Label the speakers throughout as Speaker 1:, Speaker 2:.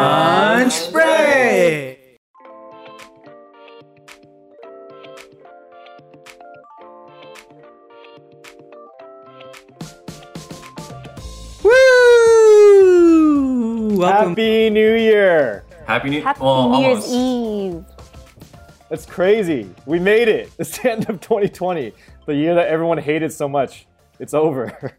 Speaker 1: Lunch break! Woo! Welcome.
Speaker 2: Happy New Year!
Speaker 3: Happy New,
Speaker 4: Happy
Speaker 3: well,
Speaker 4: New Year's
Speaker 3: almost.
Speaker 4: Eve.
Speaker 2: That's crazy. We made it. It's the end of 2020, the year that everyone hated so much. It's over.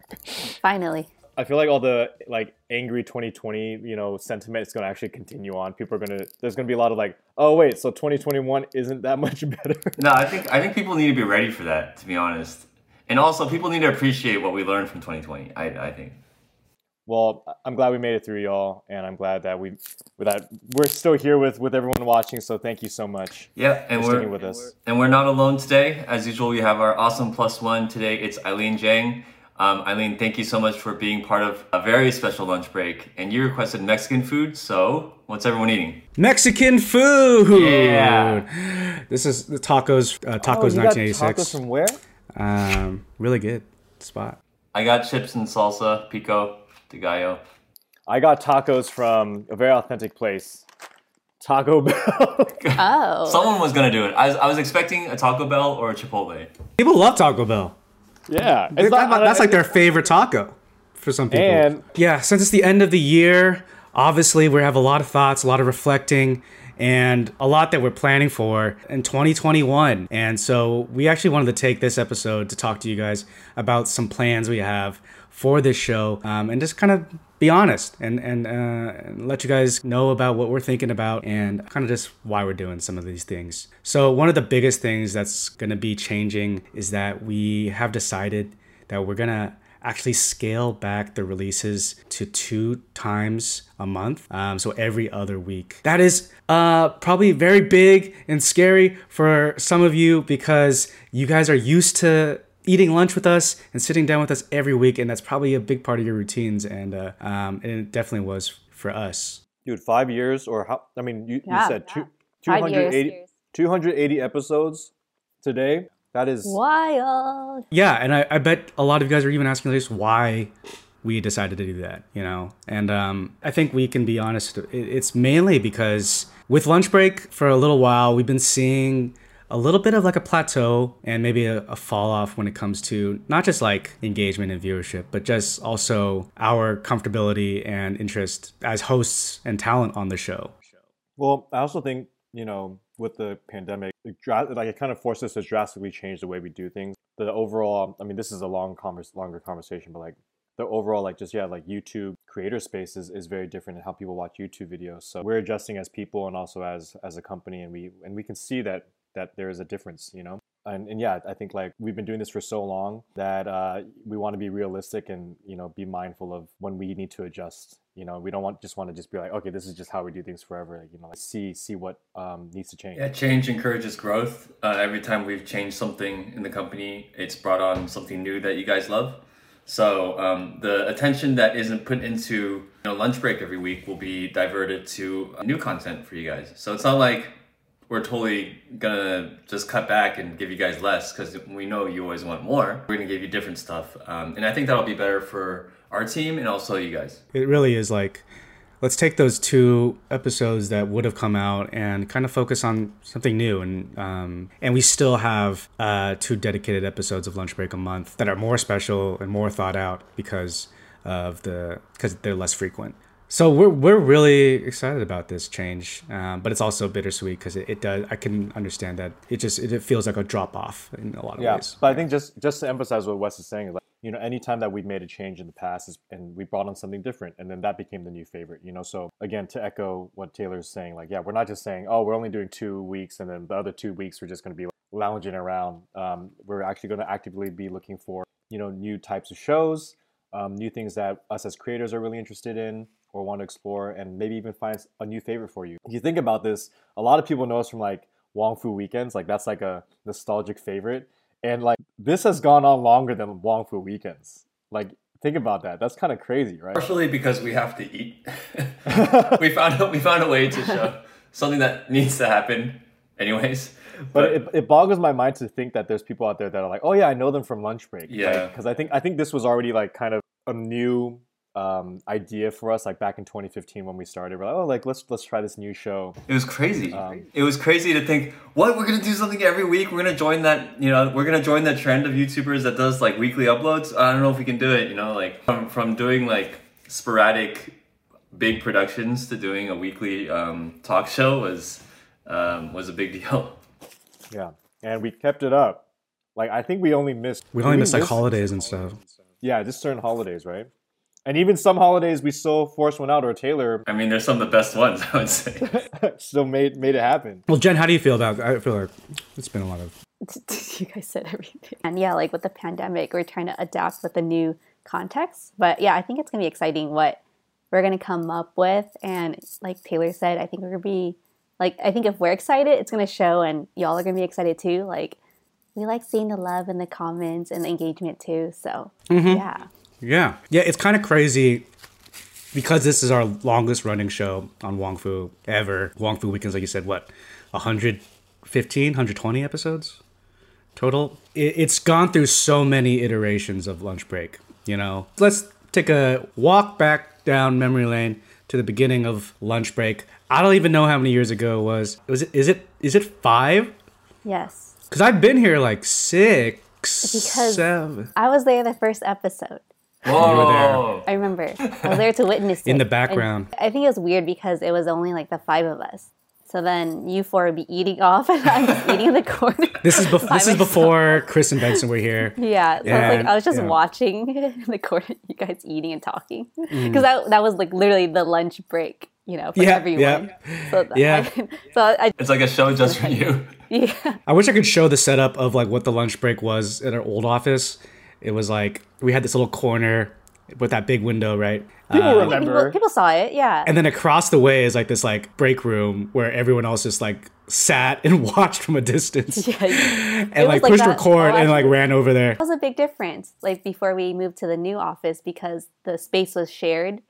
Speaker 4: Finally.
Speaker 2: I feel like all the like angry 2020, you know, sentiment is going to actually continue on. People are going to. There's going to be a lot of like, oh wait, so 2021 isn't that much better.
Speaker 3: No, I think I think people need to be ready for that, to be honest. And also, people need to appreciate what we learned from 2020. I, I think.
Speaker 2: Well, I'm glad we made it through, y'all, and I'm glad that we, that we're still here with with everyone watching. So thank you so much
Speaker 3: Yeah, and
Speaker 2: for
Speaker 3: we're
Speaker 2: sticking with us.
Speaker 3: and we're not alone today. As usual, we have our awesome plus one today. It's Eileen Jang. Um, Eileen, thank you so much for being part of a very special lunch break. And you requested Mexican food, so what's everyone eating?
Speaker 1: Mexican food!
Speaker 3: Yeah.
Speaker 1: This is the tacos, uh,
Speaker 2: Oh,
Speaker 1: tacos
Speaker 2: you got tacos
Speaker 1: 1986.
Speaker 2: from where?
Speaker 1: um, really good spot.
Speaker 3: I got chips and salsa, pico de gallo.
Speaker 2: I got tacos from a very authentic place, Taco Bell.
Speaker 4: Oh.
Speaker 3: Someone was gonna do it. I was, I was expecting a Taco Bell or a Chipotle.
Speaker 1: People love Taco Bell.
Speaker 2: yeah, it's
Speaker 1: They-
Speaker 2: not-
Speaker 1: that- that's like their favorite taco for some people.
Speaker 2: And-
Speaker 1: yeah, since it's the end of the year, obviously we have a lot of thoughts, a lot of reflecting, and a lot that we're planning for in 2021. And so we actually wanted to take this episode to talk to you guys about some plans we have for this show, um, and just kind of be honest and and, uh, and let you guys know about what we're thinking about and kind of just why we're doing some of these things. So one of the biggest things that's going to be changing is that we have decided that we're gonna actually scale back the releases to two times a month um, so every other week that is uh, probably very big and scary for some of you because you guys are used to eating lunch with us and sitting down with us every week and that's probably a big part of your routines and, uh, um, and it definitely was for us
Speaker 2: dude five years or how i mean you,
Speaker 4: Yeah.
Speaker 2: you said two,
Speaker 4: Five years.
Speaker 2: 280, 280 episodes today that is
Speaker 4: Wild.
Speaker 1: yeah and I, I bet a lot of you guys are even asking us why we decided to do that you know and um, i think we can be honest it, it's mainly because with lunch break for a little while we've been seeing a little bit of like a plateau and maybe a, a fall off when it comes to not just like engagement and viewership but just also our comfortability and interest as hosts and talent on the show
Speaker 2: well i also think you know with the pandemic it dra- like it kind of forced us to drastically change the way we do things the overall um, i mean this is a long convers- longer conversation but like the overall like just yeah like youtube creator spaces is very different in how people watch youtube videos so we're adjusting as people and also as as a company and we and we can see that that there is a difference you know and, and yeah i think like we've been doing this for so long that uh, we want to be realistic and you know be mindful of when we need to adjust you know we don't want just want to just be like okay this is just how we do things forever like, you know like see see what um, needs to change
Speaker 3: Yeah, change encourages growth. Uh, every time we've changed something in the company, it's brought on something new that you guys love. So um, the attention that isn't put into you know, lunch break every week will be diverted to uh, new content for you guys. So it's not like we're totally gonna just cut back and give you guys less because we know you always want more. We're gonna give you different stuff, um, and I think that'll be better for our team and also you guys.
Speaker 1: it really is like let's take those two episodes that would have come out and kind of focus on something new and um, and we still have uh, two dedicated episodes of lunch break a month that are more special and more thought out because of the because they're less frequent so we're, we're really excited about this change um, but it's also bittersweet because it, it does i can understand that it just it, it feels like a drop off in a lot of
Speaker 2: Yeah,
Speaker 1: ways
Speaker 2: but I think just just to emphasize what Wes is saying, like you know, anytime that we've made a change in the past, is, and we brought on something different, and then that became the new favorite. You know, so again, to echo what Taylor's saying, like yeah, we're not just saying oh, we're only doing two weeks, and then the other two weeks we're just going to be like, lounging around. Um, we're actually going to actively be looking for you know new types of shows, um, new things that us as creators are really interested in or want to explore, and maybe even find a new favorite for you. If you think about this, a lot of people know us from like Wong Fu weekends, like that's like a nostalgic favorite. And like this has gone on longer than Wong Fu weekends. Like think about that. That's kind of crazy, right?
Speaker 3: Partially because we have to eat. we found a, we found a way to show something that needs to happen, anyways.
Speaker 2: But it, it boggles my mind to think that there's people out there that are like, oh yeah, I know them from lunch break.
Speaker 3: Yeah.
Speaker 2: Because I think I think this was already like kind of a new uh, um, idea for us. Like back in 2015 when we started, we're like, oh, like let's let's try this new show.
Speaker 3: It was crazy.
Speaker 2: Um,
Speaker 3: it was crazy to think, what we're gonna do something every week. We're gonna join that, you know, we're gonna join that trend of YouTubers that does like weekly uploads. I don't know if we can do it. You know, like from from doing like sporadic big productions to doing a weekly um, talk show was um, was a big deal.
Speaker 2: Yeah, and we kept it up. Like I think we only missed.
Speaker 1: We
Speaker 2: did
Speaker 1: only miss like
Speaker 2: miss-
Speaker 1: holidays and stuff.
Speaker 2: Yeah, just certain holidays, right? And even some holidays, we still forced one out, or Taylor
Speaker 3: I mean, there's some of the best ones I would say.
Speaker 2: still made made it happen.
Speaker 1: Well, Jen, how do you feel about? I feel like it's been a lot of.
Speaker 4: you guys said everything. And yeah, like with the pandemic, we're trying to adapt with the new context. But yeah, I think it's gonna be exciting what we're gonna come up with. And like Taylor said, I think we're gonna be like I think if we're excited, it's gonna show, and y'all are gonna be excited too. Like we like seeing the love in the comments and the engagement too. So yeah,
Speaker 1: Yeah, yeah, it's kind of crazy because this is our longest running show on Wong Fu ever. Wong Fu weekends, like you said, what 115, 120 episodes total. It, it's gone through so many iterations of lunch break. You know, let's take a walk back down memory lane to the beginning of lunch break. I don't even know how many years ago it was. Was it? Is it? Is it five?
Speaker 4: yes.
Speaker 1: Because I've been here like six, seven.
Speaker 4: I was there the first episode.
Speaker 3: Whoa!
Speaker 4: I remember. I was there to witness it.
Speaker 1: In the
Speaker 4: And
Speaker 1: background.
Speaker 4: I think it was weird because it was only like the five of us. So then you four would be eating off and I'm just eating in the corner.
Speaker 1: This is bef-
Speaker 4: by
Speaker 1: this is
Speaker 4: myself.
Speaker 1: before Chris and Benson were here.
Speaker 4: Yeah, so I was like,
Speaker 1: Yeah,
Speaker 4: I was just
Speaker 1: yeah.
Speaker 4: watching in the corner, you guys eating and talking, because that, that was like literally the lunch break, you know, for
Speaker 1: Mm. Yeah,
Speaker 4: everyone. So that-
Speaker 1: Yeah.
Speaker 4: so I,
Speaker 3: It's like a show just for you.
Speaker 4: yeah,
Speaker 1: I wish I could show the setup of like what the lunch break was at our old office. It was like we had this little corner with that big window, right? Uh,
Speaker 2: People
Speaker 4: people,
Speaker 2: remember.
Speaker 4: people saw it. Yeah,
Speaker 1: and then across the way is like this like break room where everyone else just like sat and watched from a distance
Speaker 4: yeah.
Speaker 1: and like
Speaker 4: like
Speaker 1: pushed
Speaker 4: that.
Speaker 1: record
Speaker 4: Oh, I
Speaker 1: and like
Speaker 4: see.
Speaker 1: ran over there.
Speaker 4: was a big difference like before we moved to the new office because the space was shared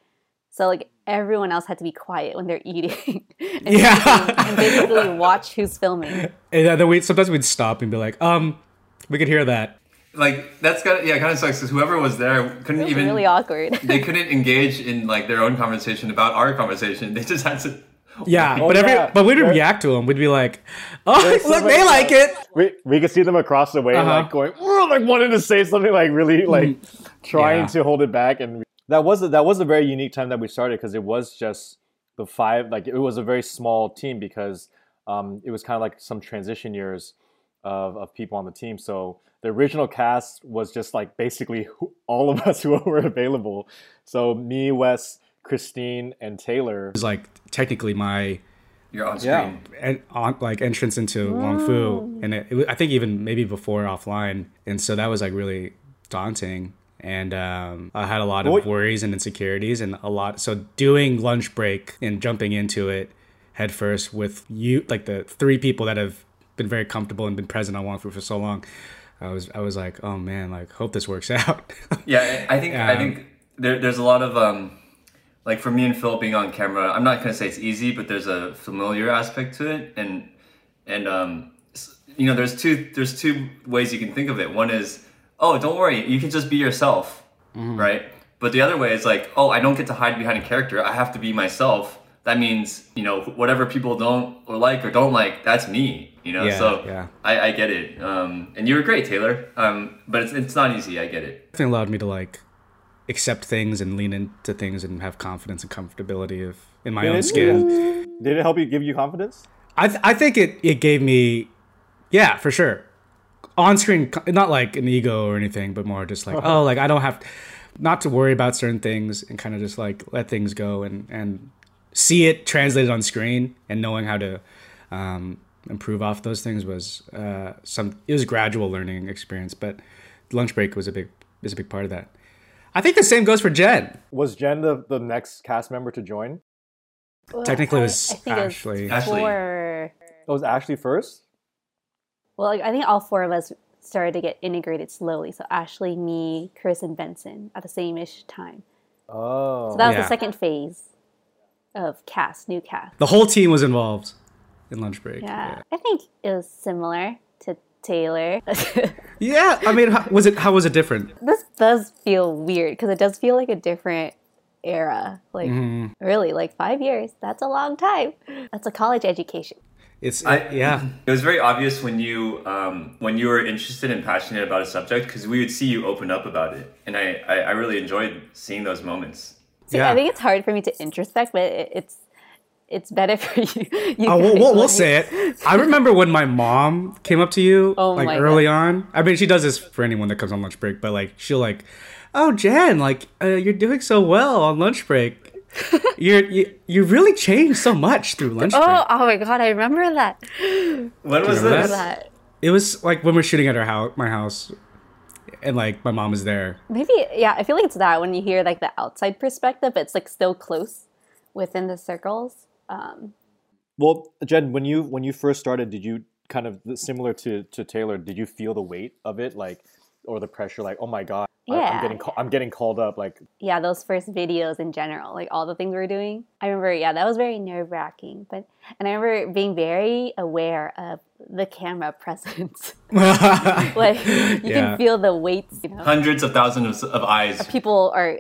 Speaker 4: so like everyone else had to be quiet when they're eating and,
Speaker 1: Yeah.
Speaker 4: and basically watch who's filming
Speaker 1: And then we sometimes we'd stop and be like, um, we could hear that.
Speaker 3: Like that's got yeah, kind of sucks because whoever was there couldn't
Speaker 4: it's
Speaker 3: even
Speaker 4: really awkward
Speaker 3: they couldn't engage in like their own conversation about our conversation. They just had to.
Speaker 1: Yeah,
Speaker 2: Oh,
Speaker 1: but every
Speaker 2: yeah.
Speaker 1: but we'd
Speaker 2: There-
Speaker 1: react to them. We'd be like, "Oh,
Speaker 2: There's
Speaker 1: look,
Speaker 2: somebody
Speaker 1: they like it."
Speaker 2: We we could see them across the way,
Speaker 1: Uh-huh. Mm.
Speaker 2: like going, "Ugh," like wanting to say something, like really, like trying
Speaker 1: Yeah.
Speaker 2: to hold it back. And that was a, that was a very unique time that we started because it was just the five. Like it was a very small team because um, it was kind of like some transition years of of people on the team. So the original cast was just like basically who- all of us who were available. So me, Wes, Christine, and Taylor.
Speaker 1: It's like technically my
Speaker 3: You're on screen.
Speaker 2: Yeah.
Speaker 1: en- on, like entrance into Wong Fu, and it, it, wa- I think even maybe before offline, and so that was like really daunting. And um, I had a lot of
Speaker 2: What-
Speaker 1: worries and insecurities, and a lot. So doing lunch break and jumping into it head first with you, like the three people that have been very comfortable and been present on Wong Fu for so long, I was I was like, oh man, like hope this works out.
Speaker 3: Yeah, I I think I think there, there's a lot of um, like for me and Phil being on camera. I'm not gonna say it's easy, but there's a familiar aspect to it, and and um, s- you know, there's two there's two ways you can think of it. One is, oh, don't worry, you can just be yourself,
Speaker 1: Mm-hmm.
Speaker 3: right? But the other way is like, oh, I don't get to hide behind a character. I have to be myself. That means you know whatever people don't or like or don't like, that's me. You know,
Speaker 1: Yeah,
Speaker 3: so
Speaker 1: yeah.
Speaker 3: I, I get it. Um, and you were great, Taylor. Um, but it's, it's not easy. I get it.
Speaker 1: definitely allowed me to like accept things and lean into things and have confidence and comfortability of in my own
Speaker 2: it-
Speaker 1: skin.
Speaker 2: Did it help you give you confidence?
Speaker 1: I th- I think it it gave me yeah for sure on screen co- not like an ego or anything but more just like oh like I don't have not to worry about certain things and kind of just like let things go and and see it translated on screen and knowing how to um, improve off those things was uh, some it was a gradual learning experience but lunch break was a big is a big part of that. I think the same goes for Jen.
Speaker 2: Was Jen the, the next cast member to join?
Speaker 4: Well,
Speaker 1: Technically, it
Speaker 4: I-
Speaker 1: was
Speaker 4: I think it was
Speaker 1: Ashley.
Speaker 3: Ashley.
Speaker 4: four
Speaker 2: It was Ashley first.
Speaker 4: well like, i think all four of us started to get integrated slowly so ashley me chris and benson at the same ish time
Speaker 2: Oh,
Speaker 4: so that was
Speaker 1: Yeah.
Speaker 4: the second phase of cast new cast
Speaker 1: The whole team was involved in lunch break.
Speaker 4: yeah i think it was similar to taylor
Speaker 1: Yeah, I mean, how, was it? How was it different?
Speaker 4: this does feel weird because it does feel like a different era. Like
Speaker 1: Mm-hmm.
Speaker 4: really, like five years. That's a long time. That's a college education.
Speaker 1: It's uh,
Speaker 3: I-
Speaker 1: yeah.
Speaker 3: It was very obvious when you um, when you were interested and passionate about a subject because we would see you open up about it, and I, I, I really enjoyed seeing those moments.
Speaker 4: So
Speaker 1: Yeah.
Speaker 4: I think it's hard for me to introspect, but it, it's it's better for you. you
Speaker 1: Oh, we'll,
Speaker 4: guys,
Speaker 1: we'll,
Speaker 4: like-
Speaker 1: we'll say it. I remember when my mom came up to you,
Speaker 4: Oh
Speaker 1: like
Speaker 4: my
Speaker 1: early on. I mean, she does this for anyone that comes on lunch break, but like, she'll like, "Oh, Jen, like uh, you're doing so well on lunch break. You're you, you really changed so much through lunch
Speaker 4: Oh,
Speaker 1: break.
Speaker 4: oh my god, I remember that.
Speaker 3: When was
Speaker 1: remember
Speaker 3: this?
Speaker 4: That
Speaker 1: It was like when we're shooting at her house, my house, and like my mom is there.
Speaker 4: maybe yeah. I feel like it's that when you hear like the outside perspective, it's like still close within the circles. Um,
Speaker 2: Well, Jen, when you when you first started, did you kind of similar to to Taylor? Did you feel the weight of it, like, or the pressure, like, oh my god, I- I'm
Speaker 4: Yeah.
Speaker 2: getting ca- I'm getting called up, like,
Speaker 4: yeah, those first videos in general, like all the things we were doing. I remember, yeah, that was very nerve wracking. But and I remember being very aware of the camera presence. like you
Speaker 1: Yeah.
Speaker 4: can feel the weights, you know.
Speaker 3: Hundreds of thousands of, of eyes.
Speaker 4: people are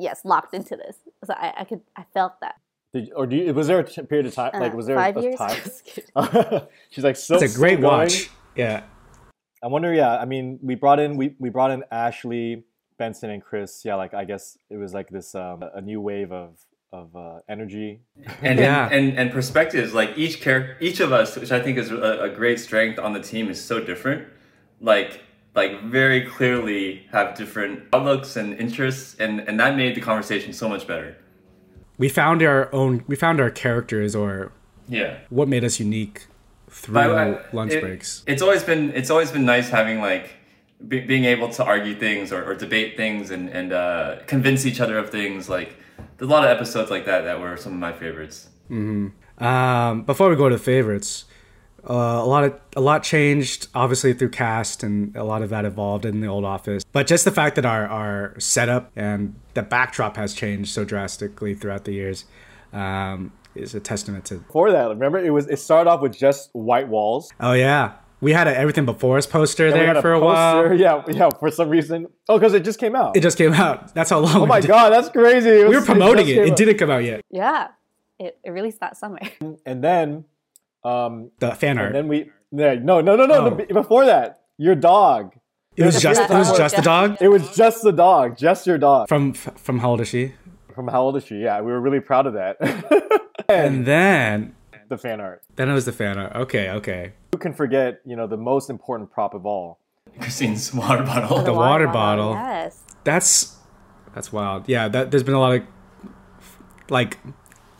Speaker 4: yes locked into this so i, I could i felt that
Speaker 2: did, or do you, was there a t- period of time, like,
Speaker 4: Uh,
Speaker 2: was there
Speaker 4: five
Speaker 2: a, a
Speaker 4: years Just
Speaker 2: time?
Speaker 4: kidding.
Speaker 2: She's like, so
Speaker 1: It's a great watch. Yeah.
Speaker 2: I wonder, yeah. I mean, we brought in we, we brought in Ashley, Benson, and Chris. Yeah, like I guess it was like this um, a new wave of of uh, energy.
Speaker 3: and,
Speaker 1: Yeah.
Speaker 3: and, and and perspectives like each character each of us which i think is a, a great strength on the team is so different like like very clearly have different outlooks and interests and and that made the conversation so much better
Speaker 1: We found our own. We found our characters or
Speaker 3: yeah
Speaker 1: what made us unique through
Speaker 3: But
Speaker 2: uh,
Speaker 3: I-
Speaker 1: lunch
Speaker 3: it-
Speaker 1: breaks.
Speaker 3: it's always been it's always been nice having like be, being able to argue things or, or debate things and and uh, convince each other of things like there's a lot of episodes like that that were some of my favorites
Speaker 1: Um, before we go to the favorites, uh, a lot of a lot changed obviously through cast and a lot of that evolved in the old office. But just the fact that our our setup and the backdrop has changed so drastically throughout the years um, is a testament to.
Speaker 2: For that, remember it was it started off with just white walls.
Speaker 1: Oh yeah, we had a everything before us poster
Speaker 2: We
Speaker 1: there
Speaker 2: had
Speaker 1: for a
Speaker 2: poster.
Speaker 1: while.
Speaker 2: Yeah, yeah. For some reason, oh, because it just came out.
Speaker 1: It just came out. That's how long.
Speaker 2: oh my god, that's crazy.
Speaker 1: We
Speaker 2: It
Speaker 1: were
Speaker 2: was-
Speaker 1: promoting
Speaker 2: just
Speaker 1: it.
Speaker 2: came
Speaker 1: It
Speaker 2: out.
Speaker 1: didn't come out yet.
Speaker 4: yeah it, it released that summer
Speaker 2: And then, um,
Speaker 1: The fan
Speaker 2: and
Speaker 1: art.
Speaker 2: then we yeah, no no no no.
Speaker 1: Oh.
Speaker 2: the- before that, your dog.
Speaker 1: It was just. It was just the dog.
Speaker 2: It was just the dog, just your dog.
Speaker 1: From from how old is she?
Speaker 2: From how old is she? Yeah, we were really proud of that.
Speaker 1: And then
Speaker 2: the fan art.
Speaker 1: Then it was the fan art. Okay, okay.
Speaker 2: Who can forget, you know, the most important prop of all?
Speaker 3: christine's water bottle
Speaker 1: The water bottle.
Speaker 4: yes
Speaker 1: That's that's wild. Yeah, that there's been a lot of like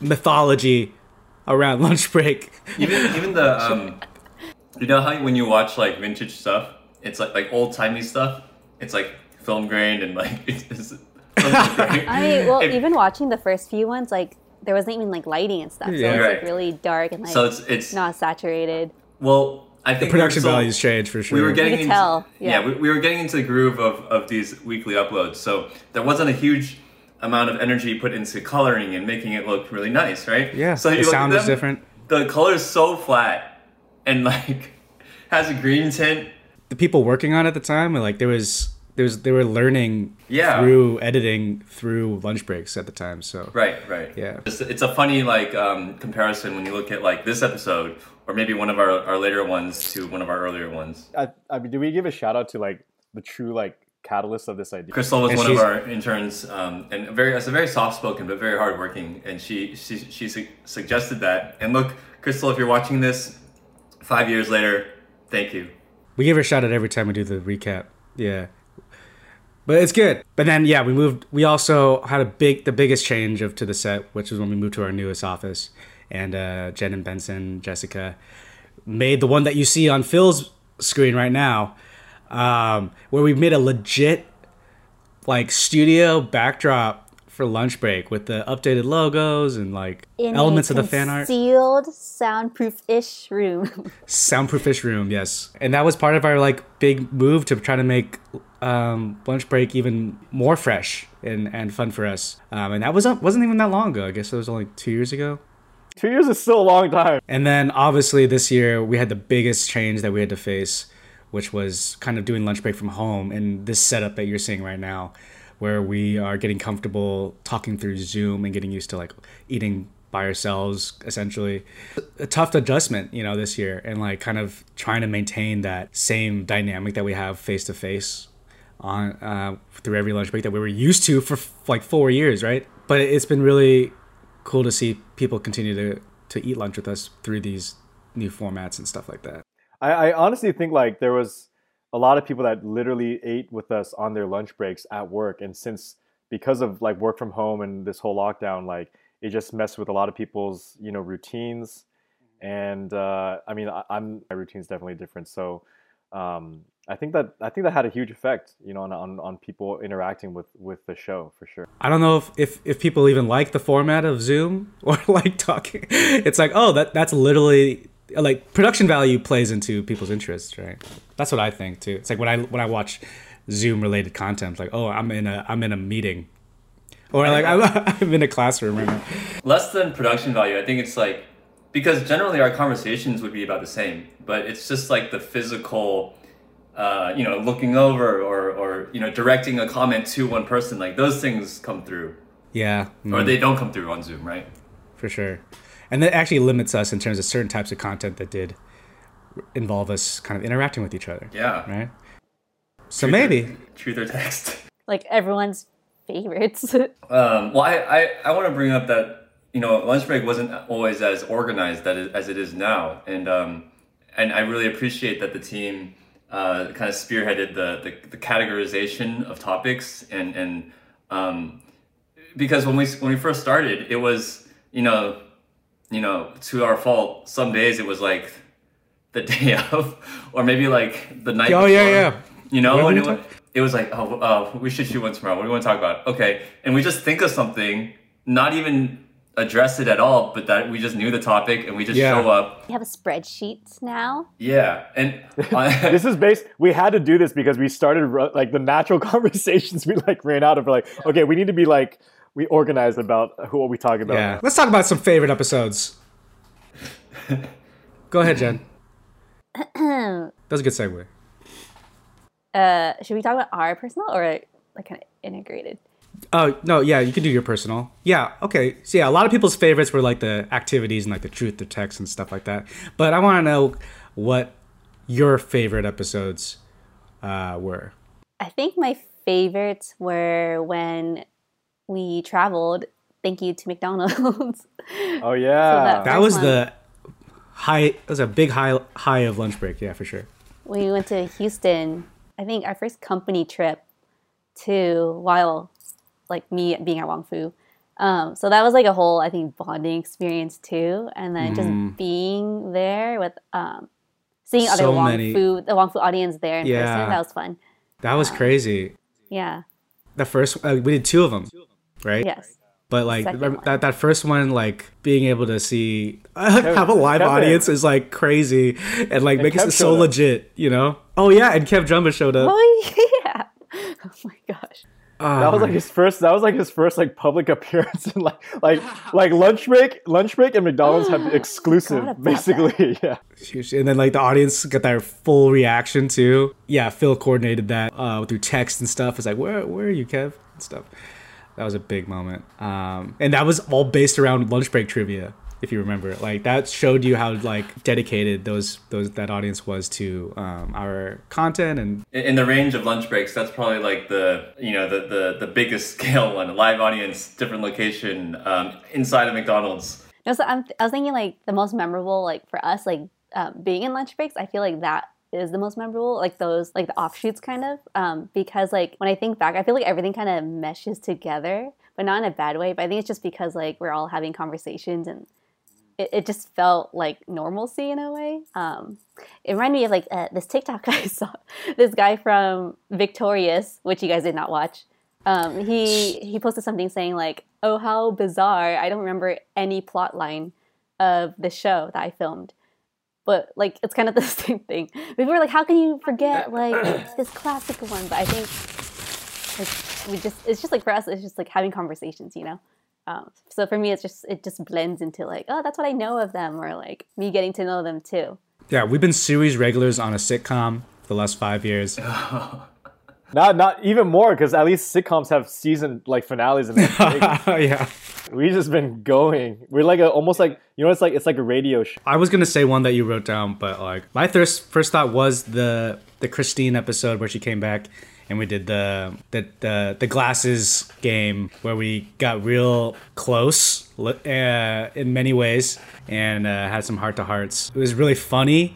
Speaker 1: mythology around lunch break.
Speaker 3: even even the um, you know how when you watch like vintage stuff, it's like like old timey stuff. It's like film grained and like it's. it's
Speaker 4: i mean well
Speaker 3: If-
Speaker 4: even watching the first few ones like there wasn't even like lighting and stuff so
Speaker 1: Yeah.
Speaker 4: it's
Speaker 3: Right.
Speaker 4: like really dark and like
Speaker 3: so it's it's
Speaker 4: not saturated
Speaker 3: well. I think we were
Speaker 1: Production
Speaker 3: still-
Speaker 1: values change for sure.
Speaker 3: We were getting
Speaker 4: could
Speaker 3: into,
Speaker 4: tell,
Speaker 3: Yeah,
Speaker 4: yeah.
Speaker 3: we, we were getting into the groove of of these weekly uploads. So there wasn't a huge amount of energy put into coloring and making it look really nice, right?
Speaker 1: yeah.
Speaker 3: So
Speaker 1: the
Speaker 3: look at
Speaker 1: sound was
Speaker 3: them,
Speaker 1: different.
Speaker 3: The color is so flat, and like has a green tint.
Speaker 1: The people working on it at the time were like there was there was they were learning
Speaker 3: Yeah.
Speaker 1: through editing through lunch breaks at the time. So
Speaker 3: Right, right.
Speaker 1: Yeah.
Speaker 3: It's, it's a funny like um, comparison when you look at like this episode or maybe one of our, our later ones to one of our earlier ones.
Speaker 2: I, I mean, do we give a shout out to like the true like catalyst of this idea?
Speaker 3: Crystal was
Speaker 1: And
Speaker 3: one of
Speaker 1: she's-
Speaker 3: our interns, um, and a very as a very soft spoken but very hardworking, and she she she su- suggested that. And look, Crystal, if you're watching this five years later, thank you.
Speaker 1: we give her a shout out every time we do the recap. Yeah. But it's good. But then yeah, we moved we also had a big the biggest change of to the set, which was when we moved to our newest office. And uh, Jen and Benson, Jessica, made the one that you see on Phil's screen right now, um, where we made a legit like studio backdrop for lunch break with the updated logos and like
Speaker 4: in
Speaker 1: elements
Speaker 4: a
Speaker 1: of the fan art
Speaker 4: sealed soundproof-ish room
Speaker 1: soundproofish room yes and that was part of our like big move to try to make um, lunch break even more fresh and, and fun for us um, and that was wasn't even that long ago i guess it was only two years ago
Speaker 2: Two years is still a long time.
Speaker 1: and then obviously this year we had the biggest change that we had to face, which was kind of doing lunch break from home and this setup that you're seeing right now. where we are getting comfortable talking through Zoom and getting used to like eating by ourselves essentially a tough adjustment you know this year and like kind of trying to maintain that same dynamic that we have face to face on uh, through every lunch break that we were used to for f- like four years right but it's been really cool to see people continue to to eat lunch with us through these new formats and stuff like that
Speaker 2: I, I honestly think like there was a lot of people that literally ate with us on their lunch breaks at work, and since because of like work from home and this whole lockdown, like it just messed with a lot of people's you know routines. And uh, I mean, I, I'm my routine's definitely different, so um, I think that I think that had a huge effect, you know, on on, on people interacting with with the show for sure.
Speaker 1: I don't know if, if, if people even like the format of Zoom or like talking. It's like, oh, that that's literally like production value plays into people's interests, right? That's what I think too. It's like when I when I watch Zoom related content, it's like, oh, I'm in a I'm in a meeting, or like I'm, I'm in a classroom right now.
Speaker 3: Less than production value, I think it's like because generally our conversations would be about the same, but it's just like the physical, uh, you know, looking over or or you know directing a comment to one person, like those things come through,
Speaker 1: Yeah,
Speaker 3: or
Speaker 1: mm,
Speaker 3: they don't come through on Zoom, right?
Speaker 1: for sure. And that actually limits us in terms of certain types of content that did involve us kind of interacting with each other,
Speaker 3: Yeah.
Speaker 1: right? So maybe
Speaker 3: Truth or text.
Speaker 4: Like everyone's favorites.
Speaker 3: Um, well, I, I, I want to bring up that you know lunch break wasn't always as organized that it, as it is now, and um, and I really appreciate that the team uh, kind of spearheaded the, the the categorization of topics and and um, because when we when we first started, it was you know you know to our fault. Some days it was like the day of, or maybe like the night.
Speaker 1: Oh, yeah,
Speaker 3: before.
Speaker 1: yeah.
Speaker 3: You know,
Speaker 1: What
Speaker 3: and
Speaker 1: are
Speaker 3: it,
Speaker 1: we
Speaker 3: wa- it was like, oh, uh, we should shoot one tomorrow. What do we want to talk about? Okay, and we just think of something, not even address it at all, but that we just knew the topic and we just
Speaker 1: Yeah.
Speaker 3: show up.
Speaker 4: we have spreadsheets now.
Speaker 3: Yeah, and uh,
Speaker 2: This is based. We had to do this because we started ru- like the natural conversations we like ran out of. We're like, okay, we need to be like we organized about who are we talking about.
Speaker 1: yeah. Let's talk about some favorite episodes. Go ahead, Jen. that was a good segue.
Speaker 4: Uh, should we talk about our personal or like kind of integrated?
Speaker 1: Oh no, yeah, you can do your personal. Yeah, okay. So yeah, a lot of people's favorites were like the activities and like the truth, the text, and stuff like that. But I want to know what your favorite episodes uh, were.
Speaker 4: I think my favorites were when we traveled. Thank you to McDonald's.
Speaker 2: Oh yeah.
Speaker 1: That
Speaker 4: Nice
Speaker 1: was
Speaker 4: one.
Speaker 1: the high. That was a big high high of lunch break. Yeah, for sure.
Speaker 4: we went to Houston. I think our first company trip to while like me being at Wong Fu. Um, so that was like a whole I think bonding experience too, and then just being there with um, seeing other
Speaker 1: Mm-hmm. So
Speaker 4: Wong
Speaker 1: many-
Speaker 4: Fu the Wong Fu audience there in
Speaker 1: Yeah.
Speaker 4: person. That was fun.
Speaker 1: That was crazy.
Speaker 4: Yeah.
Speaker 1: The first uh, we did two of them, right?
Speaker 4: Yes.
Speaker 1: But like
Speaker 4: Second
Speaker 1: remember
Speaker 4: one.
Speaker 1: that that first one, like being able to see have a live
Speaker 2: Kevin.
Speaker 1: audience is like crazy, and like makes
Speaker 2: Kev
Speaker 1: it so
Speaker 2: showed up.
Speaker 1: legit, you know? Oh yeah, and Kev Jumba showed up.
Speaker 4: Oh yeah. Oh my gosh.
Speaker 1: Oh,
Speaker 2: That was like his first. That was like his first like public appearance and like like like lunch break. Lunch break and McDonald's have
Speaker 4: Forgot
Speaker 2: exclusive
Speaker 4: about
Speaker 2: basically. Yeah.
Speaker 1: huge. and then like the audience got their full reaction too. Yeah, Phil coordinated that uh, through text and stuff. It's like, where where are you, Kev? And stuff. That was a big moment, um, and that was all based around lunch break trivia. If you remember, like that showed you how like dedicated those those that audience was to um, our content and
Speaker 3: in in the range of lunch breaks, that's probably like the you know the the, the biggest scale one. Live audience, different location, um, inside of McDonald's.
Speaker 4: No, so I'm, I was thinking like the most memorable, like for us, like um, being in lunch breaks. I feel like that is the most memorable, like those, like the offshoots kind of, um, because like when I think back, I feel like everything kind of meshes together, but not in a bad way. But I think it's just because like we're all having conversations and it, it just felt like normalcy in a way. Um, it reminded me of like uh, this TikTok I saw, this guy from Victorious, which you guys did not watch. Um, he he posted something saying like, "Oh how bizarre! I don't remember any plot line of the show that I filmed." But like it's kind of the same thing. People were like, "How can you forget like this classic one?" But I think like we just it's just like for us it's just like having conversations, you know. Um, so for me, it's just it just blends into like, oh, that's what I know of them, or like me getting to know them too.
Speaker 1: Yeah, we've been series regulars on a sitcom for the last five years.
Speaker 2: Not not even more because at least sitcoms have season like finales and everything.
Speaker 1: yeah.
Speaker 2: we just been going. We're like a, almost like you know it's like it's like a radio show.
Speaker 1: I was gonna say one that you wrote down, but like my first first thought was the the Christine episode where she came back and we did the the the, the glasses game where we got real close li- uh, in many ways and uh, had some heart to hearts. It was really funny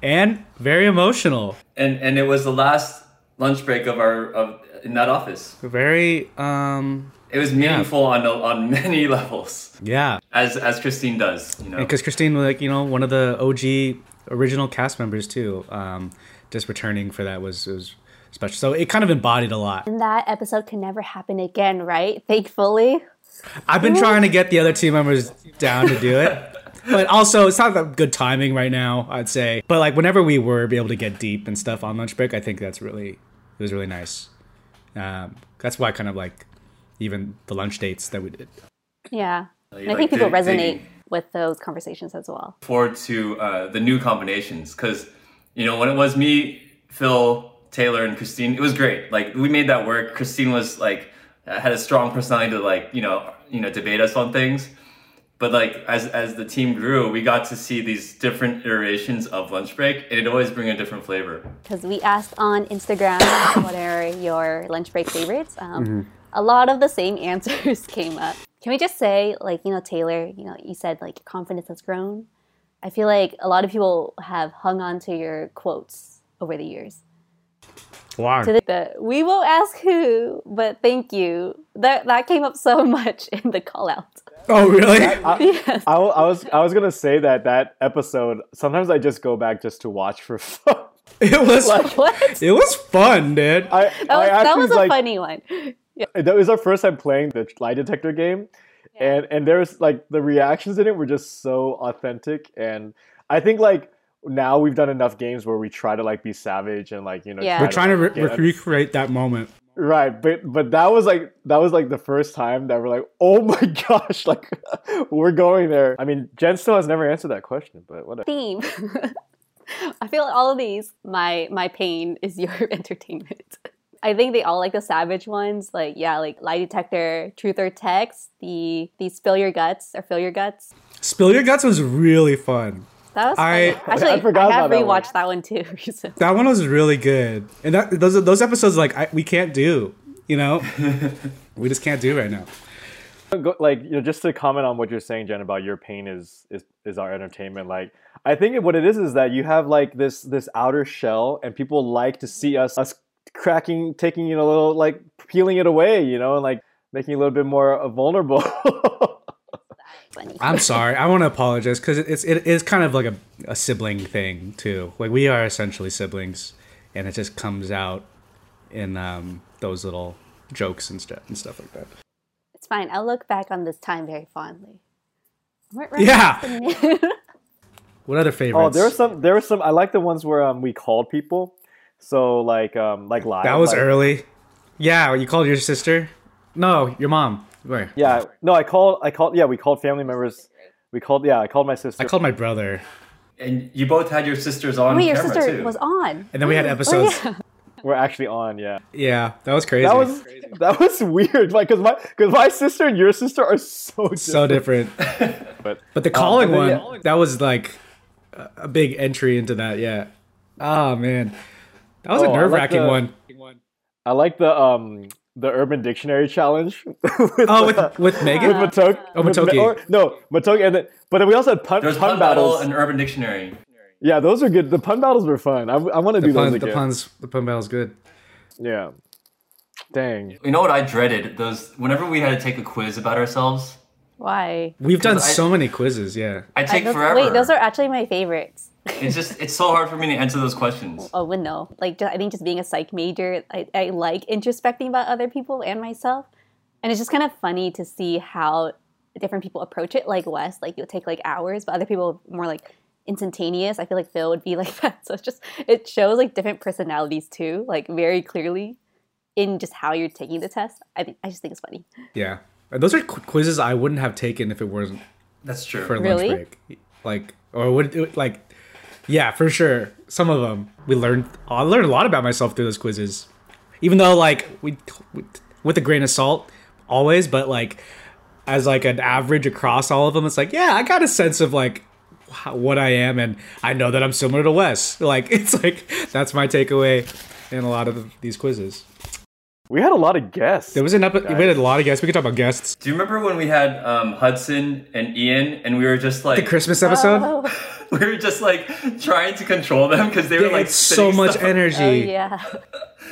Speaker 1: and very emotional.
Speaker 3: And and it was the last lunch break of our of in that office.
Speaker 1: Very um
Speaker 3: It was meaningful on a- on many levels,
Speaker 1: yeah.
Speaker 3: as as Christine does. You know,
Speaker 1: because Christine, was, like you know, one of the OG original cast members too, um, just returning for that was was special. So it kind of embodied a lot.
Speaker 4: And that episode can never happen again, right? Thankfully.
Speaker 1: I've been trying to get the other team members down to do it. But also, it's not the good timing right now, I'd say. But like, whenever we were able to get deep and stuff on lunch break, I think that's really it was really nice. Um, that's why I kind of like even the lunch dates that we did.
Speaker 4: Yeah. And I
Speaker 3: like
Speaker 4: think people
Speaker 3: dig-
Speaker 4: resonate
Speaker 3: digging.
Speaker 4: with those conversations as well.
Speaker 3: forward to uh, the new combinations because you know when it was me, Phil, Taylor, and Christine, it was great. Like we made that work. Christine was like had a strong personality to like you know you know debate us on things. But like as as the team grew, we got to see these different iterations of lunch break, and it always bring a different flavor.
Speaker 4: because we asked on Instagram what are your lunch break favorites. Um, A lot of the same answers came up. Can we just say, like, you know, Taylor, you know, you said like your confidence has grown. I feel like a lot of people have hung on to your quotes over the years.
Speaker 1: Wow.
Speaker 4: To the, the we won't ask who, but thank you. That that came up so much in the call out.
Speaker 1: oh really?
Speaker 4: Yes.
Speaker 2: I, wa- I was I was gonna say that that episode. Sometimes I just go back just to watch for fun.
Speaker 1: It was
Speaker 4: What?
Speaker 1: it was fun, dude.
Speaker 2: I,
Speaker 4: That was,
Speaker 2: I actually
Speaker 4: that was a
Speaker 2: like
Speaker 4: funny one.
Speaker 2: that was our first time playing the lie detector game, and and there was like the reactions in it were just so authentic, and I think like now we've done enough games where we try to like be savage and like you know
Speaker 4: Yeah.
Speaker 1: We're
Speaker 4: We're
Speaker 1: trying to re-
Speaker 2: get-
Speaker 1: recreate that moment.
Speaker 2: Right, but but that was like that was like the first time that we're like, oh my gosh, like we're going there. I mean, Jen still has never answered that question, but whatever.
Speaker 4: theme. I feel like all of these, my my pain is your entertainment. I think they all like the savage ones, like yeah, like lie detector, truth or text, the the spill your guts or fill your guts.
Speaker 1: Spill Your Guts was really fun.
Speaker 4: That was
Speaker 1: I-
Speaker 4: funny. actually I,
Speaker 2: forgot
Speaker 4: have
Speaker 2: about that one.
Speaker 4: rewatched that one, too recently.
Speaker 1: That one was really good. And that those those episodes like I, we can't do, you know? we just can't do right now.
Speaker 2: Go- like you know, just to comment on what you're saying, Jen, about your pain is is is our entertainment. Like, I think what it is is that you have like this this outer shell, and people like to see us us cracking, taking it a little, like peeling it away, you know, and like making it a little bit more uh, vulnerable.
Speaker 4: Funny.
Speaker 1: I'm sorry. I want to apologize cuz it's it is kind of like a, a sibling thing too. Like we are essentially siblings and it just comes out in um those little jokes and stuff and stuff like that.
Speaker 4: It's fine. I'll look back on this time very fondly. Weren't right
Speaker 1: Yeah.
Speaker 4: next to me.
Speaker 1: What other favorites?
Speaker 2: oh, there were some. There were some. I like the ones where um we called people. So like um like live.
Speaker 1: That was
Speaker 2: like-
Speaker 1: early. Yeah, you called your sister? No, your mom. Wait.
Speaker 2: Yeah. No, I called. I called. Yeah, we called family members. We called. Yeah, I called my sister.
Speaker 1: I called my brother.
Speaker 3: And you both had your sisters on
Speaker 4: Wait, your
Speaker 3: camera
Speaker 4: sister
Speaker 3: too.
Speaker 4: was on. Oh,
Speaker 1: And then we
Speaker 2: Mm.
Speaker 1: had episodes.
Speaker 4: yeah.
Speaker 2: We're actually on. Yeah.
Speaker 1: Yeah, that was crazy.
Speaker 2: That was that was weird. Like, cause my cause my sister and your sister are so different.
Speaker 1: so different.
Speaker 2: But- um,
Speaker 1: but the calling
Speaker 2: but
Speaker 1: one,
Speaker 2: then,
Speaker 1: that was like a a big entry into that. Yeah. Oh man, that was
Speaker 2: Oh,
Speaker 1: a
Speaker 2: I like
Speaker 1: nerve wracking
Speaker 2: the-
Speaker 1: one.
Speaker 2: I like the um the Urban Dictionary challenge. with
Speaker 1: Oh,
Speaker 2: the-
Speaker 1: with with
Speaker 2: with
Speaker 1: Megan.
Speaker 2: Matok.
Speaker 1: Oh,
Speaker 2: with-
Speaker 1: Matoki.
Speaker 2: or- no, Matoki. And then, but then we also had pun,
Speaker 3: there was
Speaker 2: pun,
Speaker 3: pun battle
Speaker 2: battles.
Speaker 3: and Urban Dictionary.
Speaker 2: yeah, those are good. The pun battles were fun. I, I want to do
Speaker 1: The, pun,
Speaker 2: those
Speaker 1: the
Speaker 2: again.
Speaker 1: puns, the pun battle's good.
Speaker 2: Yeah. Dang.
Speaker 3: You know what I dreaded? Those whenever we had to take a quiz about ourselves,
Speaker 4: Why?
Speaker 1: We've done
Speaker 3: 'Cause I-
Speaker 1: so many quizzes. Yeah.
Speaker 3: I take
Speaker 4: Those-
Speaker 3: forever.
Speaker 4: Wait, those are actually my favorites.
Speaker 3: It's just it's so hard for me to answer those questions.
Speaker 4: a window. Like just, I think just being a psych major, I, I like introspecting about other people and myself, and it's just kind of funny to see how different people approach it. Like Wes, like you'll take like hours, but other people more like instantaneous. I feel like Phil would be like that. So it's just it shows like different personalities too, like very clearly in just how you're taking the test. I think I just think it's funny.
Speaker 1: Yeah. And Those are qu- quizzes I wouldn't have taken if it wasn't
Speaker 3: That's true.
Speaker 1: for
Speaker 4: Really?
Speaker 1: lunch break. Like, or would it, like, yeah, for sure. Some of them we learned. I learned a lot about myself through those quizzes. Even though like we with a grain of salt always, but like as like an average across all of them, it's like yeah, I got a sense of like how, what I am, and I know that I'm similar to Wes. Like it's like that's my takeaway in a lot of the, these quizzes.
Speaker 2: We had a lot of guests.
Speaker 1: There was an epi- we had a lot of guests. We could talk about guests.
Speaker 3: Do you remember when we had um, Hudson and Ian, and we were just like
Speaker 1: The Christmas episode.
Speaker 4: Oh,
Speaker 3: we were just like trying to control them because they
Speaker 1: They
Speaker 3: were like
Speaker 1: had so
Speaker 3: spitting
Speaker 1: much
Speaker 3: stuff.
Speaker 1: energy.
Speaker 4: oh, yeah.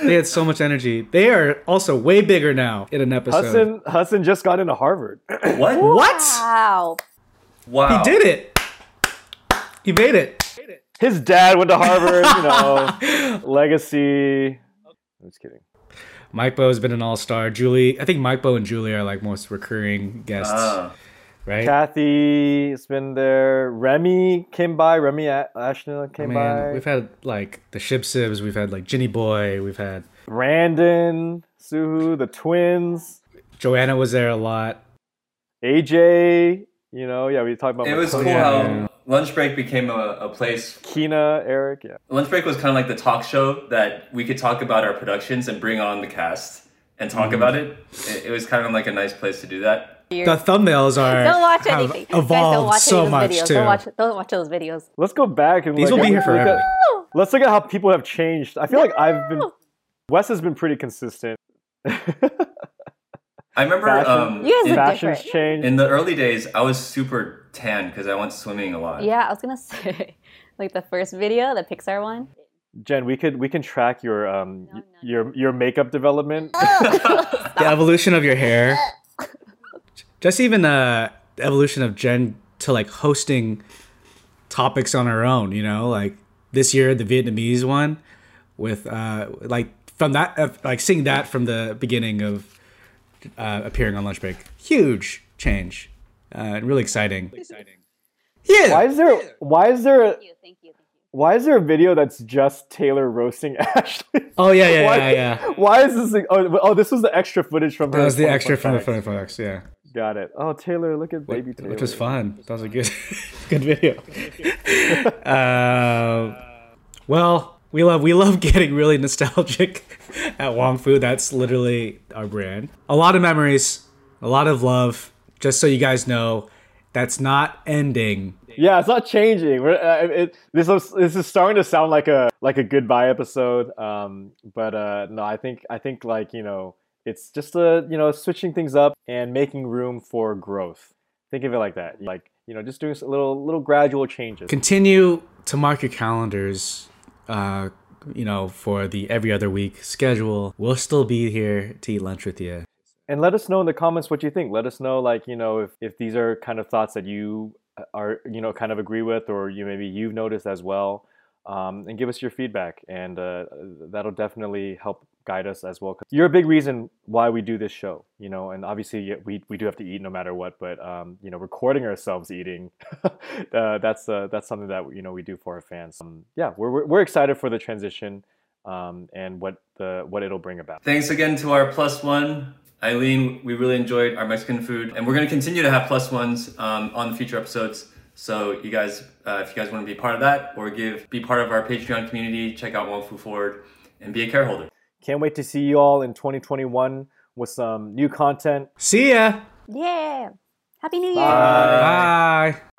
Speaker 1: They had so much energy. They are also way bigger now in an episode.
Speaker 2: Hudson Hudson just got into Harvard.
Speaker 3: What?
Speaker 1: What?
Speaker 4: Wow.
Speaker 3: Wow.
Speaker 1: He did it. He made it.
Speaker 2: His dad went to Harvard. You know, legacy. I'm just kidding.
Speaker 1: Mike Bo has been an all-star. Julie, I think Mike Bo and Julie are like most recurring guests,
Speaker 3: Ah.
Speaker 1: right?
Speaker 2: Kathy has been there. Remy came by. Remy A- Ashton
Speaker 1: Man,
Speaker 2: came by.
Speaker 1: we've had like the Ship Sibs, we've had like Ginny Boy, we've had
Speaker 2: Brandon, Suhu, the twins,
Speaker 1: Joanna was there a lot.
Speaker 2: AJ. You know, yeah, we talked about
Speaker 3: It was
Speaker 2: Makoto,
Speaker 3: cool
Speaker 1: yeah,
Speaker 3: how
Speaker 1: yeah.
Speaker 3: lunch break became a, a place.
Speaker 2: Kina, Eric. Yeah,
Speaker 3: Lunch break was kind of like the talk show that we could talk about our productions and bring on the cast and
Speaker 1: Mm-hmm.
Speaker 3: talk about it. it. It was kind of like a nice place to do that.
Speaker 1: The thumbnails are
Speaker 4: Don't watch
Speaker 1: have
Speaker 4: anything.
Speaker 1: evolved
Speaker 4: Guys, don't watch
Speaker 1: so
Speaker 4: any of those
Speaker 1: much
Speaker 4: videos.
Speaker 1: too.
Speaker 4: Don't watch, don't watch those videos.
Speaker 2: let's go back and
Speaker 1: These
Speaker 2: like,
Speaker 1: will be here
Speaker 2: let's look
Speaker 1: forever.
Speaker 2: at- let's look at how people have changed. I feel like I've been.
Speaker 4: No.
Speaker 2: Wes has been pretty consistent.
Speaker 3: I remember
Speaker 2: Fashion.
Speaker 3: um,
Speaker 4: You guys
Speaker 3: in,
Speaker 4: are
Speaker 2: Fashions
Speaker 4: different.
Speaker 2: changed.
Speaker 3: in the early days, I was super tan because I went swimming a lot.
Speaker 4: Yeah, I was gonna say, like the first video, the Pixar one.
Speaker 2: Jen, we could we can track your um
Speaker 4: no, Oh,
Speaker 2: your your makeup development.
Speaker 1: the evolution of your hair. Just even uh, the evolution of Jen to like hosting topics on her own, you know, like this year the Vietnamese one with uh, like from that uh, like seeing that from the beginning of uh, appearing on lunch break, huge change, uh, and really exciting. Yeah,
Speaker 2: Why is there why is there a,
Speaker 4: Thank you, thank you, thank you.
Speaker 2: why is there a video that's just Taylor roasting Ashley?
Speaker 1: Oh yeah, yeah,
Speaker 2: Why-
Speaker 1: yeah, yeah.
Speaker 2: Why is this? Like, oh, oh, this was the extra footage from her.
Speaker 1: That was the
Speaker 2: Fun
Speaker 1: extra from the
Speaker 2: Facts.
Speaker 1: Funny Fox, yeah.
Speaker 2: Got it. Oh, Taylor, look at baby Taylor.
Speaker 1: which was fun. That was a good, good video. uh, well, we love we love getting really nostalgic at Wong Fu. That's literally our brand. A lot of memories, a lot of love. Just so you guys know, that's not ending.
Speaker 2: Yeah, it's not changing. We're, uh, it, this is this is starting to sound like a like a goodbye episode. Um, but uh, no, I think I think like you know, it's just a you know switching things up and making room for growth. Think of it like that. Like you know, just doing s- little little gradual changes.
Speaker 1: Continue to mark your calendars. Uh, you know, for the every other week schedule, we'll still be here to eat lunch with you.
Speaker 2: and let us know in the comments what you think let us know like you know if, if these are kind of thoughts that you uh, are you know kind of agree with or you maybe you've noticed as well um, and give us your feedback and uh, that'll definitely help guide us as well 'Cause you're a big reason why we do this show you know and obviously yeah, we, we do have to eat no matter what but um, you know recording ourselves eating uh, that's uh, that's something that you know we do for our fans um, yeah we're, we're, we're excited for the transition um, and what the what it'll bring about
Speaker 3: Thanks again to our plus one. Eileen, we really enjoyed our Mexican food, and we're going to continue to have plus ones um, on the future episodes. So, you guys, uh, if you guys want to be part of that or give be part of our Patreon community, check out One Food Forward and be a care holder.
Speaker 2: Can't wait to see you all in 2021 with some new content.
Speaker 1: See ya.
Speaker 4: Yeah. Happy New Year.
Speaker 1: Bye.